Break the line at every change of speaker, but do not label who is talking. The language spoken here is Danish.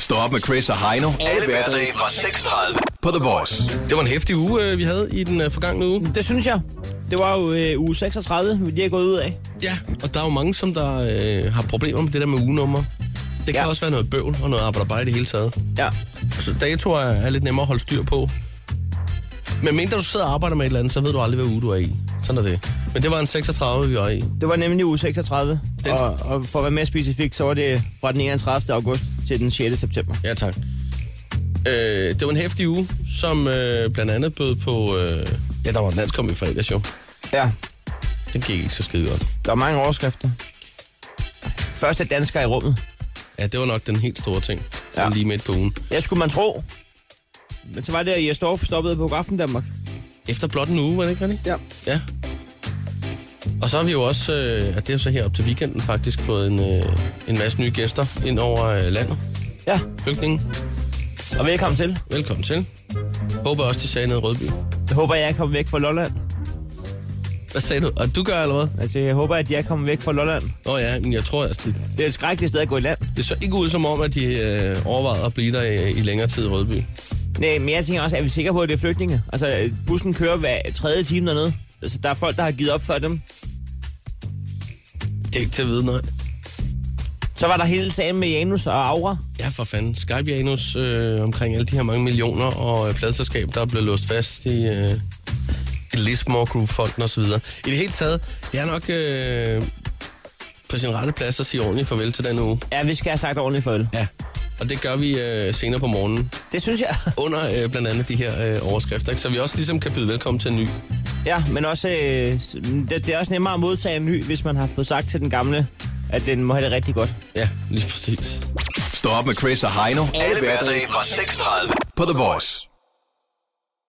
Stå op med Chris og Heino. Alle hverdage fra 6.30 på The Voice.
Det var en hæftig uge, øh, vi havde i den øh, forgangne uge.
Det synes jeg. Det var jo øh, uge 36, vi lige er gået ud af.
Ja, og der er jo mange, som der øh, har problemer med det der med ugenummer. Det kan ja.
Ja.
også være noget bøvl og noget arbejde i det hele taget.
Ja.
Så datoer er er lidt nemmere at holde styr på. Men mindre du sidder og arbejder med et eller andet, så ved du aldrig, hvad uge du er i. Sådan er det. Men det var en 36, vi var i.
Det var nemlig uge 36.
Den-
Og, og for at være mere specifik, så var det fra den 31. august til den 6. september.
Ja, tak. Øh, det var en hæftig uge, som øh, blandt andet bød på... Øh, ja, der var en landskamp i fredags jo.
Ja.
Den gik ikke så skide godt.
Der var mange overskrifter. Første dansker i rummet.
Ja, det var nok den helt store ting. Ja.
Ja.
Lige midt på ugen.
Ja, skulle man tro. Men så var det, at Jesdorf stoppede på Grafen Danmark.
Efter blot en uge, var det ikke rigtigt?
Ja.
Ja. Og så har vi jo også, øh, og det er så her op til weekenden faktisk, fået en, øh, en masse nye gæster ind over øh, landet.
Ja,
Flygtninge,
og velkommen til.
velkommen til. Håber også, de sagde noget i Rødby.
Jeg håber, jeg er kommet væk fra Lolland.
Hvad sagde du? Og du gør allerede?
Altså, jeg håber, at jeg er kommet væk fra Lolland.
Nå ja, men jeg tror, altså, det,
Det er et skrækkeligt sted at gå i land.
det så ikke ud som om, at de øh, overvejede at blive der i, i længere tid i Rødby.
Nej, men jeg tænker også, er vi sikre på, at det er flygtninge? Altså, øh, bussen kører hver tredje time dernede. Altså, der er folk, der har givet op før dem.
Det er ikke til at vide noget.
Så var der hele sagen med Janus og Aura.
Ja, for fanden. Skype Janus øh, omkring alle de her mange millioner og øh, pladselskab, der er blevet låst fast i, øh, i Lismore Group-fonden osv. I det hele taget, det er nok øh, på sin rette plads at sige ordentligt farvel til den uge.
Ja, vi skal have sagt ordentligt for det.
Ja. Og det gør vi øh, senere på morgenen,
Det synes jeg.
under øh, blandt andet de her øh, overskrifter, ikke? så vi også ligesom kan byde velkommen til en ny.
Ja, men også, øh, s- det, det er også nemmere at modtage en ny, hvis man har fået sagt til den gamle, at den må have det rigtig godt.
Ja, lige præcis.
Stå op med Chris og Heino. Alle hverdage fra 6.30 på The Voice.